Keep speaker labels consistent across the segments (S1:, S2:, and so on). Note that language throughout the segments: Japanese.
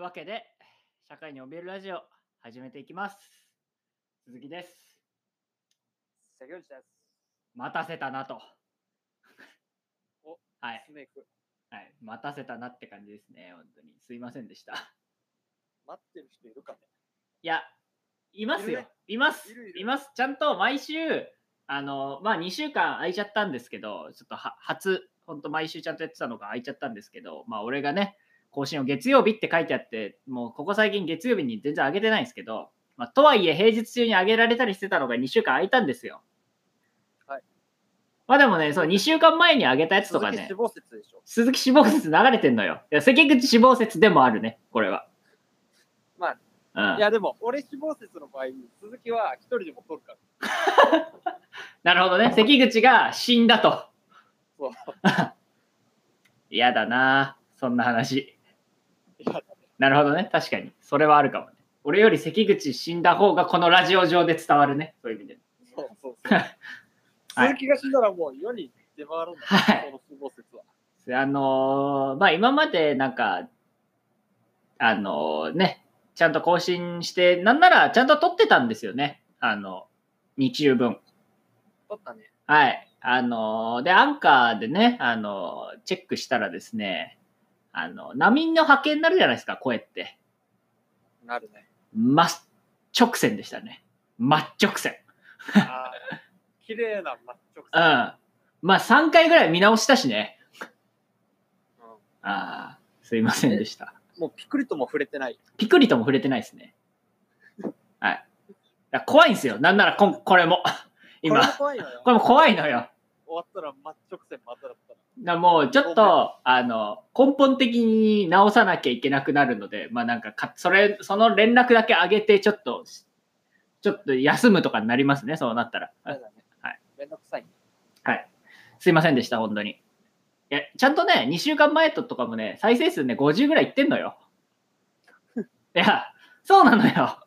S1: わけで、社会に怯えるラジオ、始めていきます。鈴木です。
S2: 関口です。
S1: 待たせたなと。
S2: お
S1: はい、
S2: スネーク。
S1: はい。待たせたなって感じですね。本当に。すいませんでした。
S2: 待ってる人いるかね
S1: いや、いますよ。
S2: いるね
S1: います
S2: いるいる
S1: います。ちゃんと毎週、あの、まあ、2週間空いちゃったんですけど、ちょっとは初、本当毎週ちゃんとやってたのが空いちゃったんですけど、まあ、俺がね、更新を月曜日って書いてあって、もうここ最近月曜日に全然上げてないんですけど、まあ、とはいえ平日中に上げられたりしてたのが2週間空いたんですよ。
S2: はい。
S1: まあでもね、そう、2週間前に上げたやつと
S2: 鈴
S1: か
S2: 木
S1: ね
S2: 死、亡説でしょ。
S1: 鈴木死亡説流れてんのよ。いや、関口死亡説でもあるね、これは。
S2: ま
S1: あうん
S2: い。やでも、俺死亡説の場合、鈴木は一人でも取るから。
S1: なるほどね。関口が死んだと
S2: そう。
S1: 嫌だなあそんな話。
S2: いやだね
S1: なるほどね。確かに。それはあるかもね。俺より関口死んだ方がこのラジオ上で伝わるね。そういう意味で。
S2: そうそうそう。 鈴木が死んだらもう世に出回るんだ、
S1: はい
S2: その死亡説は。
S1: あのーまあ今までなんか、あのーね、ちゃんと更新して、なんならちゃんと撮ってたんですよね。あの、日中分。
S2: 取ったね。
S1: はい。あのーで、アンカーでね、あのーチェックしたらですね、あの、波の波形になるじゃないですか、声って。
S2: なるね。
S1: 真っ直線でしたね。真っ直線。
S2: あー綺麗な真っ
S1: うん。
S2: 直線。
S1: まあ、3回ぐらい見直したしね。
S2: うん
S1: ああ、すいませんでした。
S2: もうピクリとも触れてない。
S1: ピクリとも触れてないですね。はい。いや怖いんですよ。なんならこん、これも。今
S2: これ。も怖いのよ。
S1: これも怖いのよ。
S2: 終わったら真っ直線まただっ
S1: だ
S2: たら。
S1: からもう、ちょっと、あの、根本的に直さなきゃいけなくなるので、まあなんかか、それ、その連絡だけ上げて、ちょっと、ちょっと休むとかになりますね、そうなったら。
S2: そうだね。
S1: はい。
S2: めんどくさい。
S1: はい。すいませんでした、本当に。いや、ちゃんとね、2週間前ととかもね、再生数ね、50ぐらいいってんのよ。いや、そうなのよ。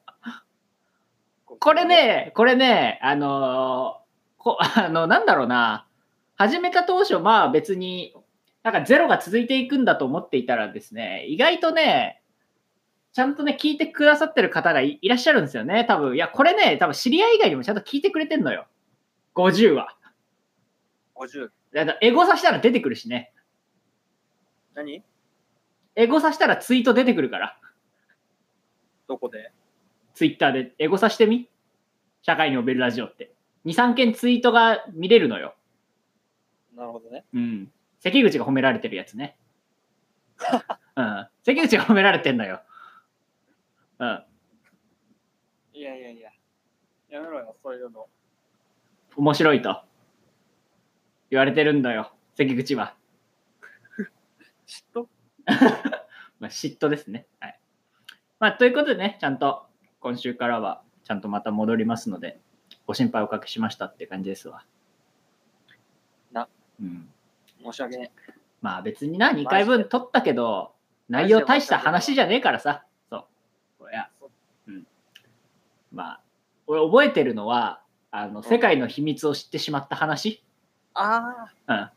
S1: これ。ね、これね、あのーこ、 あの、なんだろうな、始めた当初、まあ別に、なんかゼロが続いていくんだと思っていたらですね、意外とね、ちゃんとね、聞いてくださってる方がいいらっしゃるんですよね、多分。いや、これね、多分知り合い以外にもちゃんと聞いてくれてんのよ。50は。
S2: 50。
S1: だからエゴさしたら出てくるしね。
S2: 何
S1: エゴさしたらツイート出てくるから。
S2: どこで
S1: ツイッターでエゴさしてみ社会に怯えるラジオって。2、3件ツイートが見れるのよ。
S2: なるほどね。
S1: うん。関口が褒められてるやつね。うん。関口が褒められてんのよ。うん。
S2: いやいやいや。やめろよ、そういうの。
S1: 面白いと。言われてるんだよ。関口は。
S2: 嫉妬
S1: まあ、嫉妬ですね。はい。まあ、ということでね、ちゃんと今週からは、ちゃんとまた戻りますので、ご心配おかけしましたって感じですわ。
S2: な。
S1: うん。
S2: 申し訳ね
S1: まあ別にな、2回分撮ったけど、内容大した話じゃねえからさ。そう。これや。うん。まあ、俺覚えてるのは、あの、世界の秘密を知ってしまった話。
S2: ああ。
S1: うん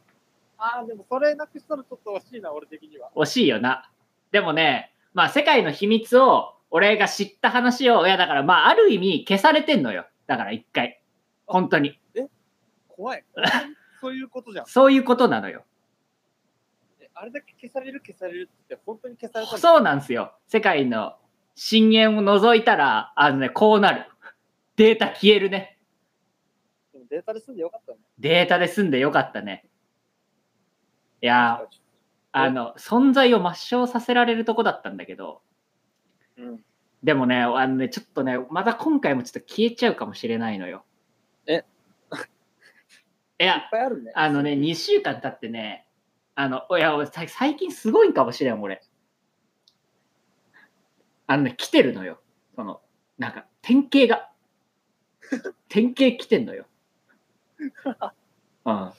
S2: ああ、でもそれなくしたらちょっと惜しいな、俺的には。
S1: 惜しいよな。でもね、まあ世界の秘密を、俺が知った話を、いやだからまあある意味消されてんのよ。だから一回。本当に。
S2: 怖い。そういうことじゃん。
S1: そういうことなのよ。
S2: えあれだけ消される消されるって本当に消されたんだ
S1: そうなんですよ。世界の深淵を覗いたら、あのね、こうなる。データ消えるね。
S2: でもデータで済んでよかったね。
S1: データで済んでよかったね。いやー、
S2: うん
S1: あの、存在を抹消させられるとこだったんだけど、
S2: うん。
S1: でもね、あのね、ちょっとね、また今回もちょっと消えちゃうかもしれないのよ。
S2: え
S1: い
S2: いっ
S1: や、
S2: ぱいあるね。
S1: あのね、2週間経ってね、あの、いや、俺さ最近すごいんかもしれん、俺。あのね、来てるのよ。その、なんか、典型が。典型来てんのよ。うん。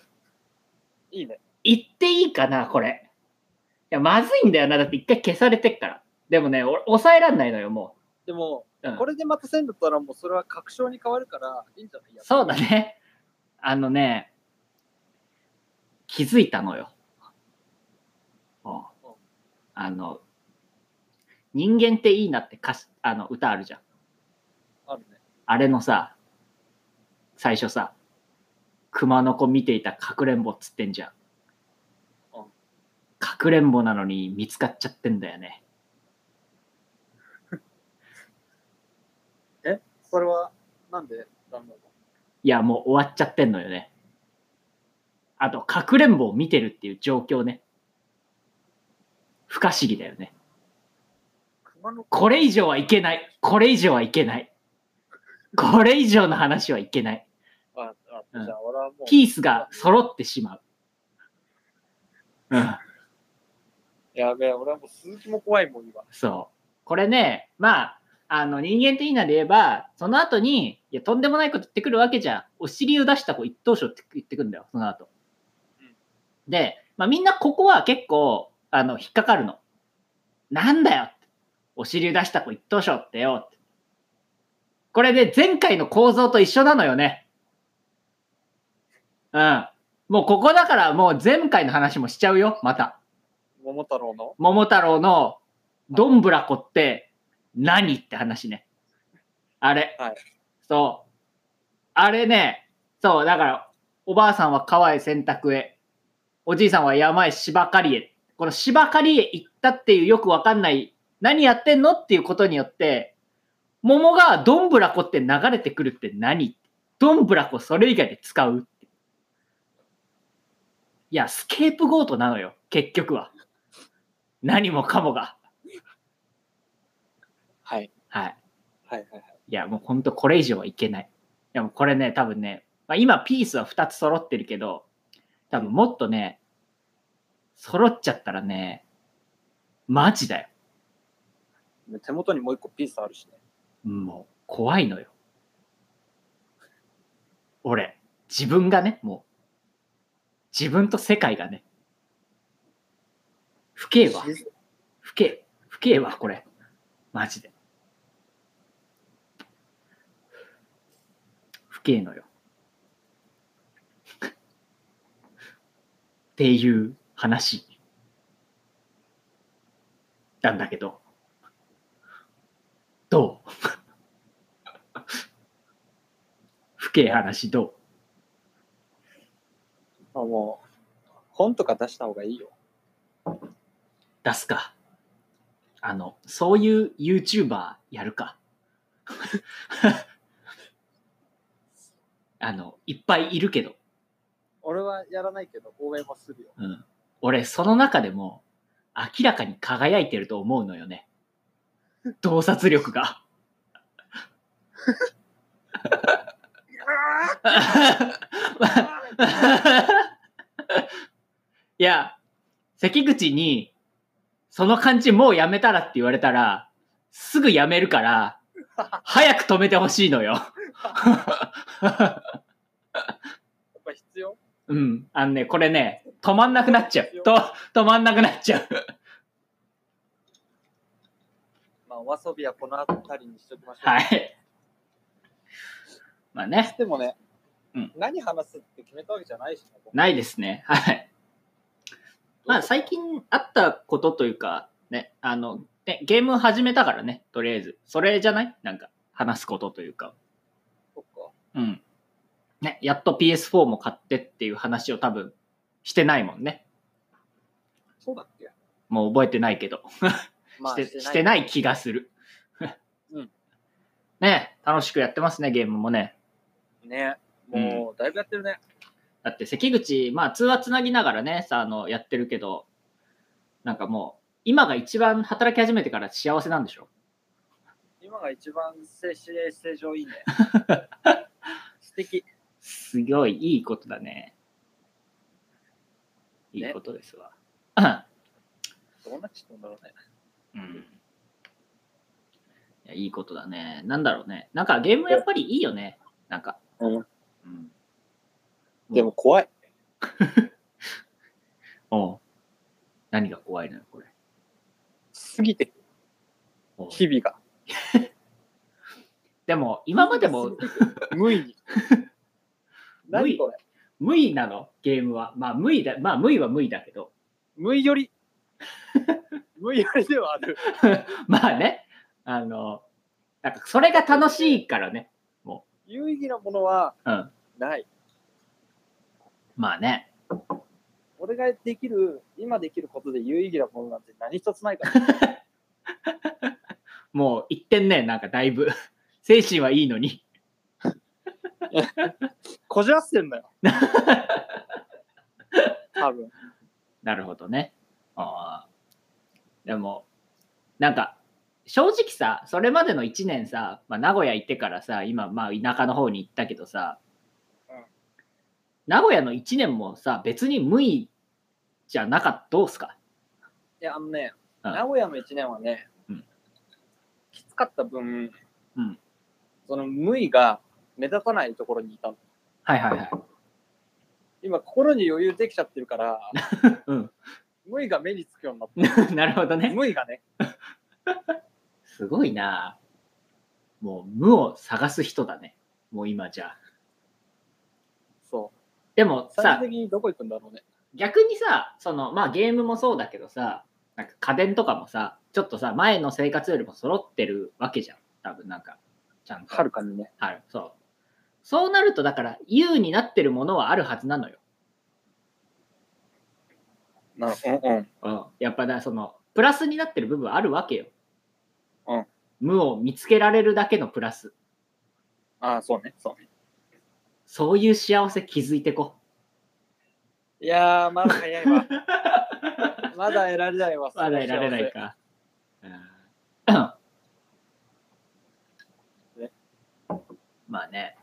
S2: いいね。
S1: 言っていいかな、これ。いや、まずいんだよな。だって一回消されてっから。でもね、俺、抑えらんないのよ、も
S2: でも、
S1: う。うん、
S2: これでまた線だったらもうそれは確証に変わるからいいんじゃないやっぱ
S1: そうだね。あのね、気づいたのよ。うんあの、人間っていいなって歌詞、あの、歌あるじゃん。
S2: あるね。
S1: あれのさ、最初さ、熊の子見ていたかくれんぼっつってんじゃん
S2: うん。
S1: かくれんぼなのに見つかっちゃってんだよね。
S2: それは、なんでダメなの
S1: いや、もう終わっちゃってんのよね。あと、かくれんぼを見てるっていう状況ね。不可思議だよね。
S2: 熊の
S1: これ以上はいけない。これ以上はいけない。これ以上の話はいけない。
S2: 子ああじ
S1: う
S2: ゃ
S1: ん
S2: あ俺はもう、い
S1: ピースが揃ってしまう。うん、
S2: やべえ、俺はもう鈴木も怖いもん、今。
S1: そう。これね、まあ、あの人間的なで言えば、その後に、いや、とんでもないこと言ってくるわけじゃん。お尻を出した子一等賞って言ってくるんだよ、その後。で、まあ、みんなここは結構、あの、引っかかるの。なんだよってお尻を出した子一等賞ってよって。これで前回の構造と一緒なのよね。うん。もうここだからもう前回の話もしちゃうよ、また。
S2: 桃太郎の
S1: 桃太郎のどんぶらこって何って話ね。あれ。
S2: はい
S1: そう。あれね、そう、だから、おばあさんは川へ洗濯へ、おじいさんは山へ芝刈りへ。この芝刈りへ行ったっていうよくわかんない、何やってんのっていうことによって、桃がどんぶらこって流れてくるって何どんぶらこそれ以外で使うっていや、スケープゴートなのよ、結局は。何もかもが。
S2: はい。
S1: はい。
S2: はいはいはい。
S1: いや、もう本当これ以上はいけない。いや、もうこれね、多分ね、まあ、今ピースは2つ揃ってるけど、多分もっとね、揃っちゃったらね、マジだよ。
S2: ね手元にもう一個ピースあるしね。
S1: もう怖いのよ。俺、自分がね、もう、自分と世界がね、不敬わ。
S2: 静
S1: 不敬、不敬わ、これ。マジで。不敬のよ。 っていう話。なんだけど。どう 不敬話どう
S2: あもう、本とか出した方がいいよ。
S1: 出すか。あの、そういう YouTuber やるか。 あの、いっぱいいるけど、
S2: 俺はやらないけど、応援はするよ。
S1: うん、俺、その中でも明らかに輝いてると思うのよね。洞察力が。 いや、関口に、その感じもうやめたらって言われたら、すぐやめるから、早く止めてほしいのよ。
S2: やっぱ必要
S1: うん。あのね、これね、止まんなくなっちゃう。と、止まんなくなっちゃう。
S2: まあ、お遊びはこの辺りにしときましょう。
S1: は。い。まあね、
S2: でもね、
S1: うん
S2: 何話すって決めたわけじゃないしね。
S1: ないですね。はい。まあ最近あったことというか、ね、あの、ね、ゲーム始めたからね、とりあえず。それじゃないなんか、話すことというか。
S2: そっか。
S1: うん。ね、やっと PS4 も買ってっていう話を多分してないもんね。
S2: そうだっけ
S1: もう覚えてないけど。
S2: まあ、
S1: してして
S2: い。
S1: ない気がする。
S2: うん
S1: ね楽しくやってますね、ゲームもね。
S2: ね。もう、だいぶやってるね。
S1: だって関口、まあ通話つなぎながらね、さ、あの、やってるけど、なんかもう、今が一番働き始めてから幸せなんでしょ
S2: 今が一番精神衛生上い いね。素敵。
S1: すごいいいことだね。い
S2: ね
S1: いことですわ。
S2: どうなっちゃったんだろうね。
S1: うん。いや、いいことだね。なんだろうね。なんかゲームやっぱりいいよね。なんか。
S2: うん
S1: うん。
S2: でも怖い。
S1: おう何が怖いのよ、これ。
S2: 過ぎて、
S1: おう
S2: 日々が。
S1: でも、今までも
S2: 無意 に。
S1: 無
S2: 何
S1: 意
S2: これ
S1: 無意なの、ゲームは。まあ、無意だ、まあ、無意は無意だけど。
S2: 無意より 無理やりではある。
S1: まあね、あの、なんかそれが楽しいからね。
S2: 有意義なものは
S1: うん。
S2: ない。
S1: まあね。
S2: 俺ができる、今できることで有意義なものなんて何一つないから。
S1: もう言ってんね、なんかだいぶ。 精神はいいのに。
S2: こじらせてんだ よ。多分。
S1: なるほどね。ああ。でも、なんか、正直さ、それまでの1年さ、まあ、名古屋行ってからさ、今、まあ、田舎の方に行ったけどさ、
S2: うん
S1: 名古屋の1年もさ、別に無意じゃなかった、どうっすか
S2: いや、あのね、
S1: うん
S2: 名古屋の1年はね、
S1: うん
S2: きつかった分、
S1: うん
S2: その無意が目立たないところにいたの。
S1: はいはいはい。
S2: 今、心に余裕できちゃってるから、
S1: うん。
S2: 無意が目につくようになっ
S1: なるほど
S2: た。
S1: ね。
S2: 無意がね、
S1: すごいなもう、無を探す人だね。もう今じゃあ。
S2: そう。
S1: でも
S2: 最
S1: さ
S2: 終、的にどこ行くんだろうね。
S1: 逆にさそのまあゲームもそうだけどさなんか家電とかもさちょっとさ前の生活よりも揃ってるわけじゃん多分なんかちゃんと
S2: はるかにね。
S1: あるそうそうなるとだから優になってるものはあるはずなのよ、
S2: なうんうん。
S1: うん、やっぱだそのプラスになってる部分はあるわけよ、
S2: うん、
S1: 無を見つけられるだけのプラス
S2: ああ、そうね、そうね。
S1: そういう幸せ気づいてこ
S2: いやー、まだ早 いわ。まだ得られないわ。
S1: まだいられない
S2: か。
S1: か、うん
S2: ね
S1: まあね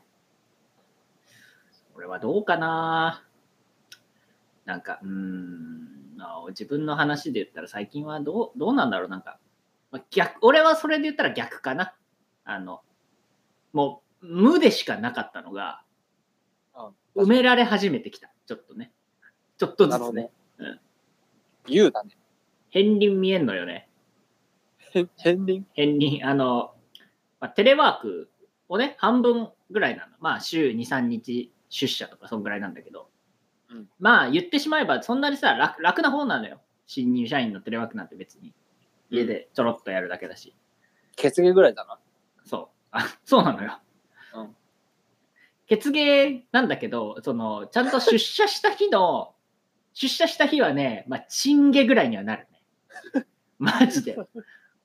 S1: 俺はどうかななんかうーん、まあ、自分の話で言ったら最近はどうどうなんだろうなんか、まあ、逆俺はそれで言ったら逆かなあのもう無でしかなかったのが
S2: うん
S1: 埋められ始めてきたちょっとねちょっとず
S2: なるほ
S1: つ
S2: ど
S1: ね
S2: ね
S1: うん。
S2: 言うだね。
S1: 片鱗見えんのよね
S2: へ片鱗
S1: 変に、あの、まあ、テレワークをね、半分ぐらいなの。まあ、週2、3日出社とか、そんぐらいなんだけど、
S2: うん
S1: まあ、言ってしまえば、そんなにさ、楽楽な方なのよ。新入社員のテレワークなんて別に。家でちょろっとやるだけだし。
S2: 血毛ぐらいだな。
S1: そう。あ、 そうなのよ。
S2: うん
S1: 血芸なんだけど、その、ちゃんと出社した日の、 出社した日はね、まあ、チンゲぐらいにはなるね。 マジで。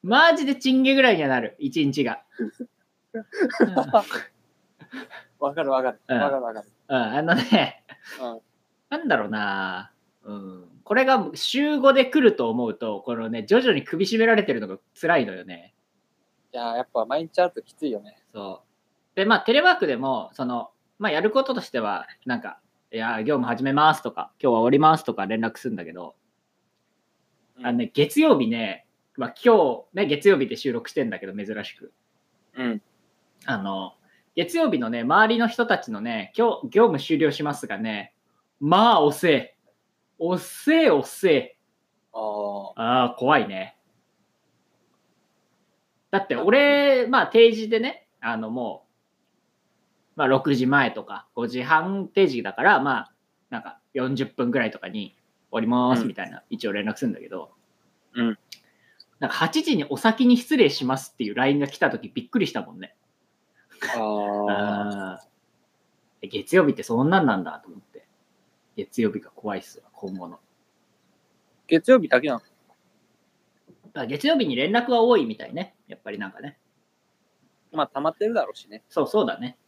S1: マジでチンゲぐらいにはなる、一日 が。うんうん
S2: わかるわかる。
S1: うん
S2: わかるわかる。
S1: あのね、
S2: うん
S1: なんだろうな、うん、これが週5で来ると思うと、このね、徐々に首絞められてるのが辛いのよね。
S2: いやー、やっぱ毎日あるときついよね。
S1: そう。で、まあ、テレワークでも、その、まあ、やることとしては、なんか、いや、業務始めますとか、今日は終わりますとか連絡するんだけど、あのね、月曜日ね、まあ、今日、ね、月曜日で収録してんだけど、珍しく。
S2: うん。
S1: あの、月曜日のね、周りの人たちのね、今日、業務終了しますがね、まあ、遅え。遅え、遅え。
S2: あ
S1: ああ、怖いね。だって俺、まあ定時でね、あのもう、まあ6時前とか5時半定時だから、まあなんか40分ぐらいとかにおりますみたいな、一応連絡するんだけど、
S2: うん。
S1: なんか8時にお先に失礼しますっていう LINE が来た時びっくりしたもんね。
S2: あ。ああ。
S1: あー月曜日ってそんなんなんだと思って。月曜日が怖いっすよ、今後の。
S2: 月曜日だけなの。
S1: あ月曜日に連絡は多いみたいね。やっぱりなんかね。
S2: まあ、溜まってるだろうしね。
S1: そうそうだね。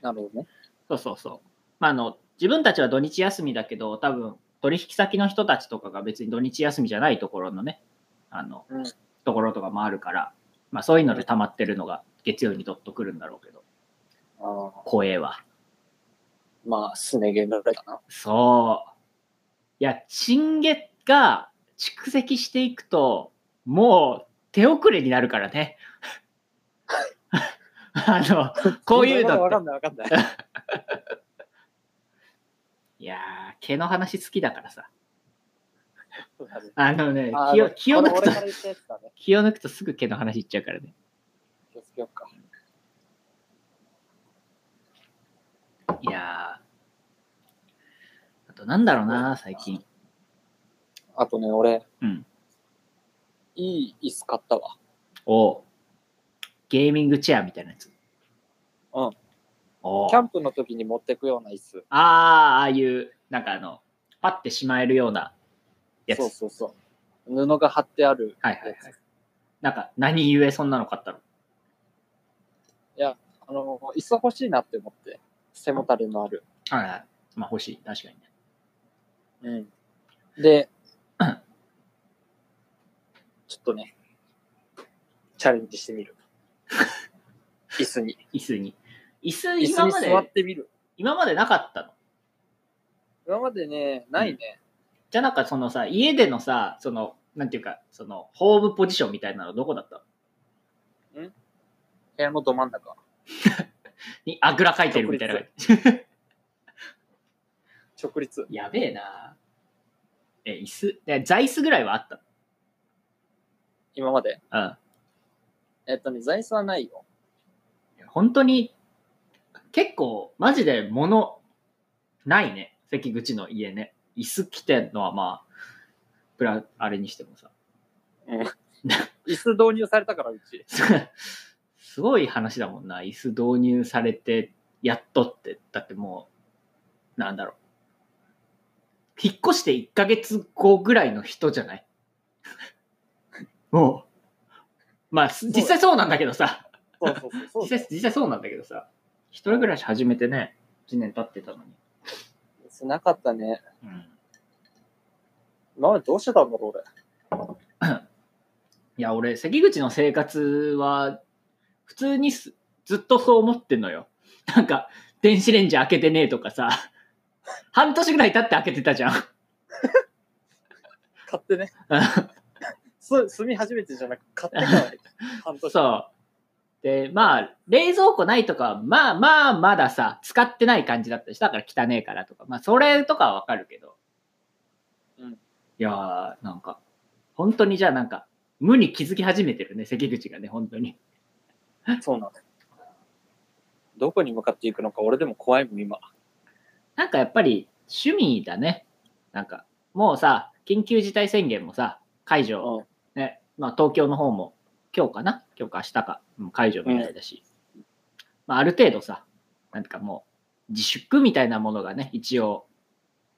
S2: なるほどね。
S1: そうそうそう。まあ、あの、自分たちは土日休みだけど、多分、取引先の人たちとかが別に土日休みじゃないところのね、あの、
S2: うん
S1: ところとかもあるから、まあ、そういうので溜まってるのが月曜にどっとくるんだろうけど、
S2: ああ。
S1: 怖えわ。
S2: まあ、すね毛ぐらいだな。
S1: そう。いや、チンゲが蓄積していくと、もう手遅れになるからね。 あの、こういうの
S2: わ
S1: って
S2: か。んないわか んない。
S1: いやー、毛の話好きだからさ。
S2: そうだね
S1: あのね
S2: あ、
S1: 気を
S2: ー
S1: 気を抜
S2: こ
S1: くと
S2: れ俺、から言ったやつだね。
S1: 気を抜くとすぐ毛の話いっちゃうからね。
S2: 気をつけようか。
S1: いやー。あと、なんだろうな、最近。
S2: あとね、俺、
S1: うん
S2: いい椅子買ったわ。
S1: おうゲーミングチェアみたいなやつ。
S2: うん。
S1: おう
S2: キャンプの時に持ってくような椅子。
S1: ああ、ああいう、なんかあの、パッてしまえるようなやつ。
S2: そうそうそう。布が貼ってある。
S1: はいはいはい。なんか、何故そんなの買ったの
S2: あの、椅子欲しいなって思って。背もたれのある。
S1: はいはい。まあ欲しい。確かにね。
S2: うん。で
S1: うん、
S2: ちょっとね、チャレンジしてみ る。椅子に。
S1: 椅子に。椅子、
S2: 椅子
S1: 今
S2: に
S1: ま
S2: 座っ
S1: で、
S2: てみる。
S1: 今までなかったの
S2: 今までね、ないね。
S1: じゃあなんかそのさ、家でのさ、その、なんていうか、その、ホームポジションみたいなのどこだったの
S2: 部屋のど真ん中。
S1: に、あぐらかいてるみたいな感じ。
S2: 直立。
S1: やべえなえ、椅子、で座椅子ぐらいはあっ
S2: 今まで。
S1: たのうん。
S2: えっとね、座椅子はないよ。
S1: 本当に、結構、マジで物、ないね。関口の家ね。椅子来てんのはまあ、プラ、あれにしてもさ。
S2: 椅子導入されたから、うち。
S1: すごい話だもんな。椅子導入されて、やっとって。だってもう、なんだろう。引っ越して1ヶ月後ぐらいの人じゃないもう。まあ、す実際そうなんだけどさ。
S2: そうそうそうそう
S1: 実際、実際そうなんだけどさ。一人暮らし始めてね、1年経ってたのに。
S2: 椅子なかったね。
S1: うん。
S2: 今までどうしてたんだろう、俺。
S1: いや、俺、関口の生活は、普通にすずっとそう思ってんのよ。なんか、電子レンジ開けてねえとかさ、半年ぐらい経って開けてたじゃん。
S2: 買ってね。す住み始めてじゃなく、買ってからね。半年。
S1: そう。で、まあ、冷蔵庫ないとかは、まあまあ、まださ、使ってない感じだったし、だから汚えからとか、まあ、それとかはわかるけど。
S2: うん
S1: いやー、なんか、本当にじゃあなんか、無に気づき始めてるね、関口がね、本当に。
S2: そうなの。どこに向かっていくのか、俺でも怖いもん、今。
S1: なんかやっぱり趣味だね。なんか、もうさ、緊急事態宣言もさ、解除、
S2: うん。
S1: ね、まあ東京の方も今日かな今日か明日か、うん解除みたいだし、まあある程度さ、なんていうかもう自粛みたいなものがね、一応、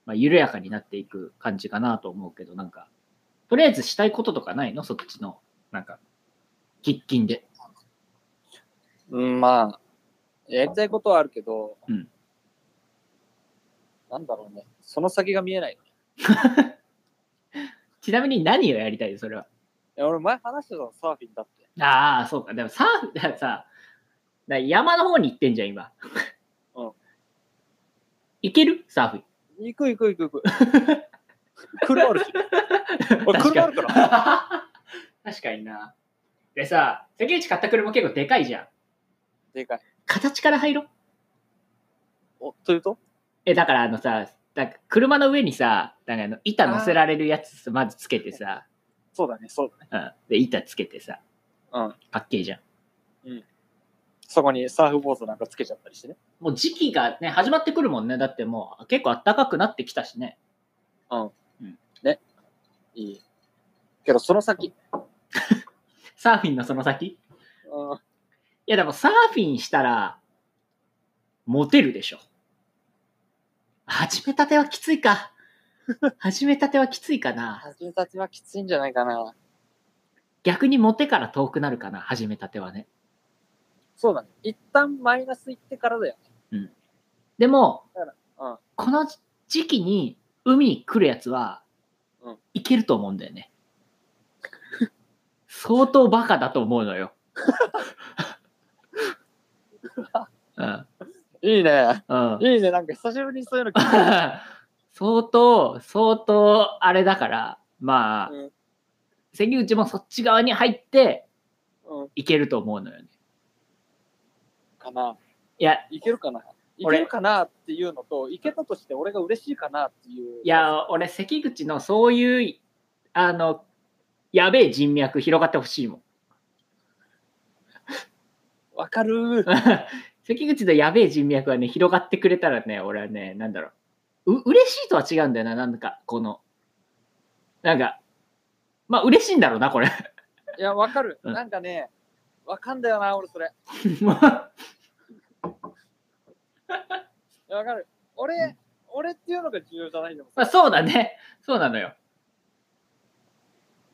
S1: まあ緩やかになっていく感じかなと思うけど、なんか、とりあえずしたいこととかないのそっちの、なんか、喫緊で。
S2: うん、まあ、やりたいことはあるけど、
S1: うん
S2: なんだろうね。その先が見えない。
S1: ちなみに何をやりたいそれは。
S2: いや俺、前話してたの、サーフィンだって。
S1: ああ、そうか。でもサーフ、 だからさ、だから山の方に行ってんじゃん、今。
S2: うん。
S1: 行けるサーフィン。
S2: 行く行く 行く行く。車あるし。俺、
S1: 確か
S2: 車あ
S1: に
S2: るから。
S1: 確かにな。でさ、関口買った車結構でかいじゃん。
S2: でかい。
S1: 形から入ろう。
S2: お、というと
S1: え、だからあのさ、なんか車の上にさ、なんかあの板乗せられるやつまずつけてさ、
S2: そうだね、そうだね。
S1: うん。で、板つけてさ、
S2: うん。
S1: かっけえじゃん。
S2: そこにサーフボードなんかつけちゃったりしてね。
S1: もう時期がね、始まってくるもんね。だってもう結構暖かくなってきたしね。
S2: いい。けど、その先。
S1: サーフィンのその先
S2: うん。
S1: いやでもサーフィンしたら、モテるでしょ。始めたてはきついか。 始めたてはきついかな。
S2: 始めたてはきついんじゃないかな。
S1: 逆にモテから遠くなるかな、始めたてはね。
S2: そうだね。一旦マイナス行ってからだよ。
S1: でも、
S2: うん。
S1: この時期に海に来るやつは
S2: うん、
S1: いけると思うんだよね。相当バカだと思う のよ。うん。
S2: いいね。
S1: うん。
S2: いいね。なんか久しぶりにそういうの聞い
S1: 相当、相当、あれだから、まあ、
S2: た。うん。
S1: 関口もそっち側に入って
S2: うん。
S1: いけると思うのよね。
S2: かな。
S1: いや、
S2: いけるかな。い
S1: 俺
S2: けるかなっていうのと、いけたとして俺が嬉しいかなっていう。
S1: い、や、俺、関口のそういう、あの、やべえ人脈広がってほしいもん。
S2: わか るー。
S1: 関口のやべえ人脈はね、広がってくれたらね、俺はね、なんだろう。う嬉しいとは違うんだよな、なんか、この、なんか、まあ嬉しいんだろうな、これ。
S2: いや、わかる。
S1: うん
S2: なんかね、わかんだよな、俺それ。いやわかる。俺、
S1: うん
S2: 俺っていうのが重要じゃないんだもん。
S1: まあそうだね。そうなのよ。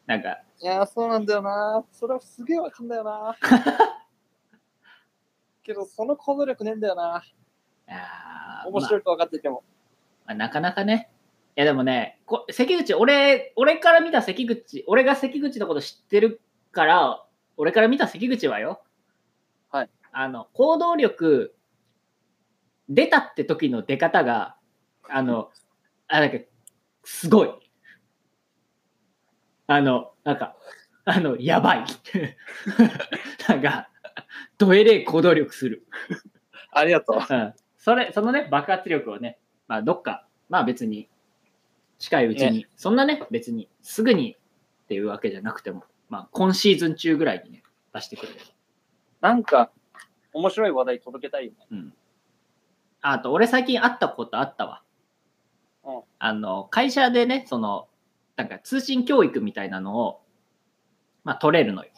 S1: なんか、
S2: いや、そうなんだよな。それはすげえわかんだよ な。けど、その行動力ねえんだよな。
S1: あー
S2: 面白いと分かってても。
S1: まあなかなかね。いやでもね、こ関口、俺、俺から見た関口、俺が関口のこと知ってるから、俺から見た関口はよ。
S2: はい。
S1: あの、行動力、出たって時の出方が、あの、あ、なんか、すごい。あの、なんか、あの、やばい。 なんか、どえれえ行動力する。
S2: ありがとう。
S1: うんそれ、そのね、爆発力をね、まあ、どっか、まあ別に、近いうちに、そんなね、別に、すぐにっていうわけじゃなくても、まあ、今シーズン中ぐらいにね、出してくれる。
S2: なんか、面白い話題届けたいよね。
S1: うん。ああと、俺最近会ったことあったわ。
S2: うん
S1: あの、会社でね、その、なんか通信教育みたいなのを、まあ、取れるのよ。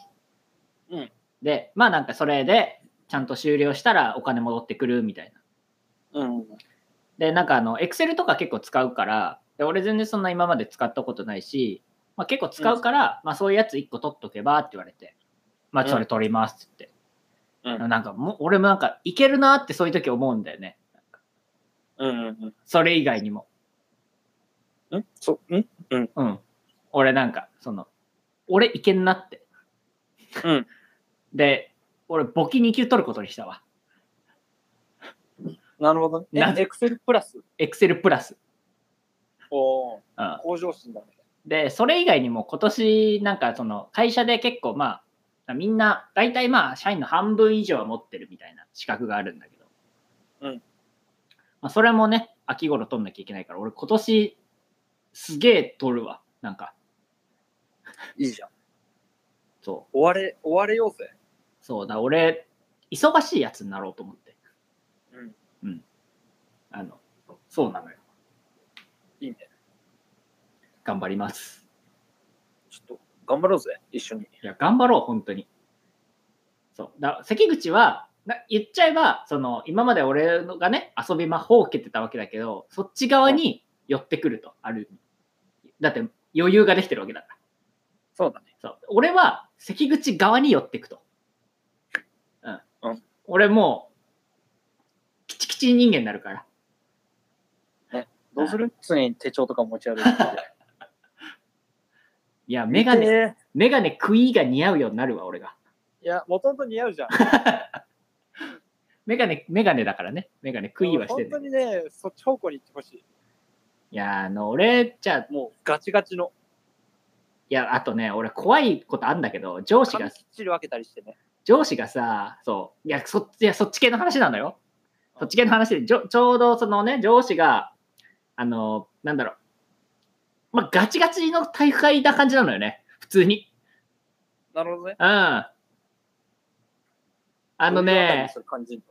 S2: うん
S1: で、まあなんかそれで、ちゃんと終了したらお金戻ってくるみたいな。
S2: うん。
S1: で、なんかあの、エクセルとか結構使うから、で俺全然そんな今まで使ったことないし、まあ、結構使うから、まあそういうやつ1個取っとけばって言われて、まあそれ取りますって言って、
S2: う
S1: なんかもう俺もなんかいけるなってそういう時思うんだよね。
S2: うん。うん
S1: それ以外にも。
S2: うん。んそ、ん
S1: うん。俺なんか、その、俺いけんなって。
S2: うん。
S1: で、俺簿記2級取ることにしたわ。
S2: なるほどね。
S1: な
S2: えエクセルプラス。
S1: エクセルプラス。
S2: おー
S1: うん。
S2: 向上心だね。
S1: で、それ以外にも今年なんかその会社で結構まあ、みんな、大体まあ、社員の半分以上は持ってるみたいな資格があるんだけど。
S2: うん。
S1: まあ、それもね、秋頃取んなきゃいけないから、俺今年、すげえ取るわ。なんか、
S2: いいじゃん。
S1: そ
S2: 終われ、終われようぜ。
S1: う。そうだ、俺、忙しいやつになろうと思って。
S2: うん。
S1: あの、そうなのよ。
S2: いいね。
S1: 頑張ります。
S2: ちょっと、頑張ろうぜ。一緒に。
S1: いや、頑張ろう、本当に。そう。だ関口は、な言っちゃえば、その、今まで俺のがね、遊び魔法を受けてたわけだけど、そっち側に寄ってくると、ある意味。だって、余裕ができてるわけだから。
S2: そうだね。
S1: そう。俺は、関口側に寄ってくと。うん。
S2: うん
S1: 俺もう、キチキチ人間になるから。
S2: どうする常に手帳とか持ち歩い て。
S1: いや、メガ
S2: 見
S1: ネ、
S2: て
S1: メガネ食いが似合うようになるわ、俺が。
S2: いや、もともと似合うじゃん。
S1: メガネ、メガネだからね。メガネ食いはしてる、
S2: 本当にね、そっち方向に行ってほし
S1: いや、あの、俺、じゃあ、
S2: い。もうガチガチの。
S1: いや、あとね、俺怖いことあんだけど、上司
S2: 髪
S1: が、
S2: きっちり分けたりしてね。
S1: 上司がさ、そう、いや、そっち、いや、そっち系の話なのよ。そっち系の話で、ちょちょうどそのね、上司が、あの、なんだろう、まあ、ガチガチの体育会な感じなのよね、普通に。
S2: なるほどね。
S1: うん。あのね、
S2: そういう感じの
S1: い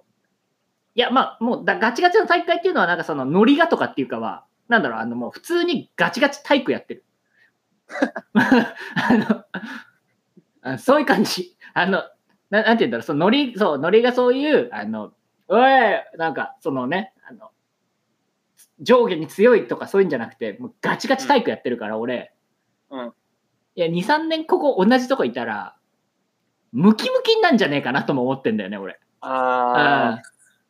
S1: や、まあ、もうだ、ガチガチの体育会っていうのは、なんかその、ノリがとかっていうかは、なんだろう、あの、もう、普通にガチガチ体育やってる。 あのあ、そういう感じ。あの、ななんて言うんだろう、その、ノリ、そう、ノリがそういう、あの、おい、なんか、そのね、あの、上下に強いとかそういうんじゃなくて、もうガチガチ体育やってるから、俺。
S2: うん。
S1: いや、2、3年ここ同じとこいたら、ムキムキになんじゃねえかなとも思ってんだよね、俺。
S2: ああ。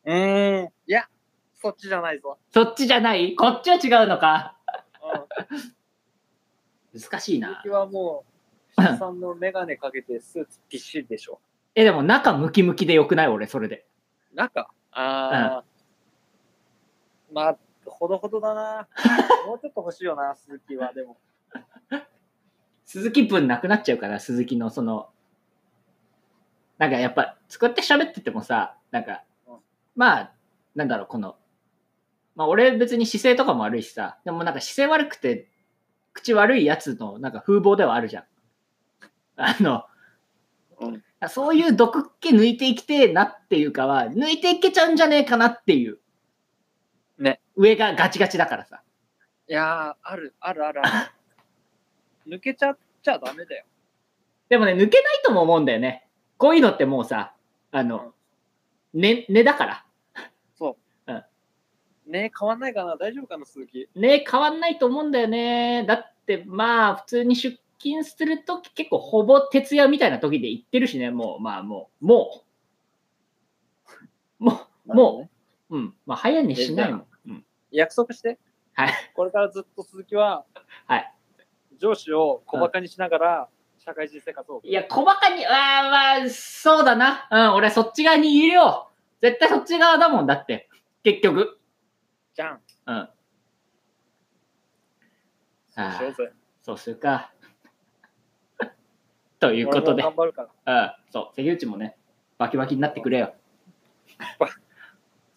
S2: うーん。いや、そっちじゃないぞ。
S1: そっちじゃないこっちは違うのか
S2: うん。
S1: 難しいな
S2: 僕。はもう、七さんのメガネかけてスーツびっしりでしょ。
S1: え、でも中ムキムキでよくない俺、それで。
S2: 中ああ。まあ、ほどほど だな。もうちょっと欲しいよな、鈴木は。でも。
S1: 鈴木分なくなっちゃうから、鈴木のその、なんかやっぱ、作って喋っててもさ、なんか
S2: うん、
S1: まあ、なんだろう、この、まあ俺別に姿勢とかも悪いしさ、でもなんか姿勢悪くて、口悪いやつのなんか風貌ではあるじゃん。あの、
S2: うん。
S1: そういう毒っ気抜いていきてえなっていうかは、抜いていけちゃうんじゃねえかなっていう。
S2: ね。
S1: 上がガチガチだからさ。
S2: いやー、ある、ある、ある、ある。抜けちゃっちゃダメだよ。
S1: でもね、抜けないとも思うんだよね。こういうのってもうさ、あの、ね、ねだから。
S2: ね変わんないかな大丈夫かな鈴木。
S1: ね、変わんないと思うんだよね。だって、まあ、普通に出勤するとき、結構ほぼ徹夜みたいな時で行ってるしね、もう、まあ、もう、もう、もう、も
S2: う。
S1: う、うん、まあ、早寝しないもん。うん
S2: 約束して。
S1: はい。
S2: これからずっと鈴木は、
S1: はい。
S2: 上司を小馬鹿にしながら、社会人生活を送る。
S1: いや、小バカに、あーまあ、そうだな。うん、俺そっち側にいるよ。絶対そっち側だもんだって。結局。
S2: じゃん。
S1: うん。
S2: そうしようぜ。
S1: そうするか。 ということで、
S2: 俺も頑張るから。
S1: うん、そう、関口もね、バキバキになってくれよ。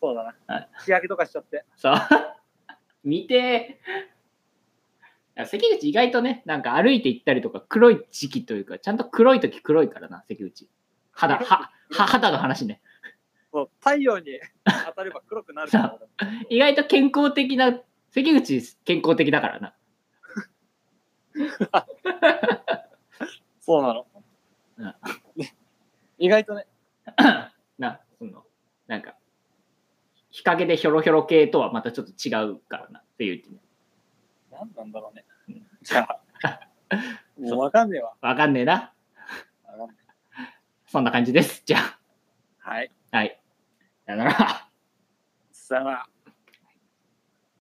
S2: そうだ
S1: は
S2: な。日焼けとかしちゃって。
S1: そう。 見てー。いや関口意外とね、なんか歩いて行ったりとか、黒い時期というか、ちゃんと黒い時黒いからな、関口。肌、は、は肌の話ね。
S2: そう太陽 に当たれば黒くなるから。俺
S1: 意外と健康的な関口健康的だからな
S2: そうなの
S1: うん。
S2: 意外とね、
S1: なそのなんか日陰でひょろひょろ系とはまたちょっと違うからなっていう
S2: 何なんだろうね
S1: うん。
S2: じゃ あ、もうわかんねえわ。
S1: わかんねえな
S2: わかんねえ
S1: そんな感じですじゃ
S2: はい。
S1: あはいさよなら
S2: さよなら。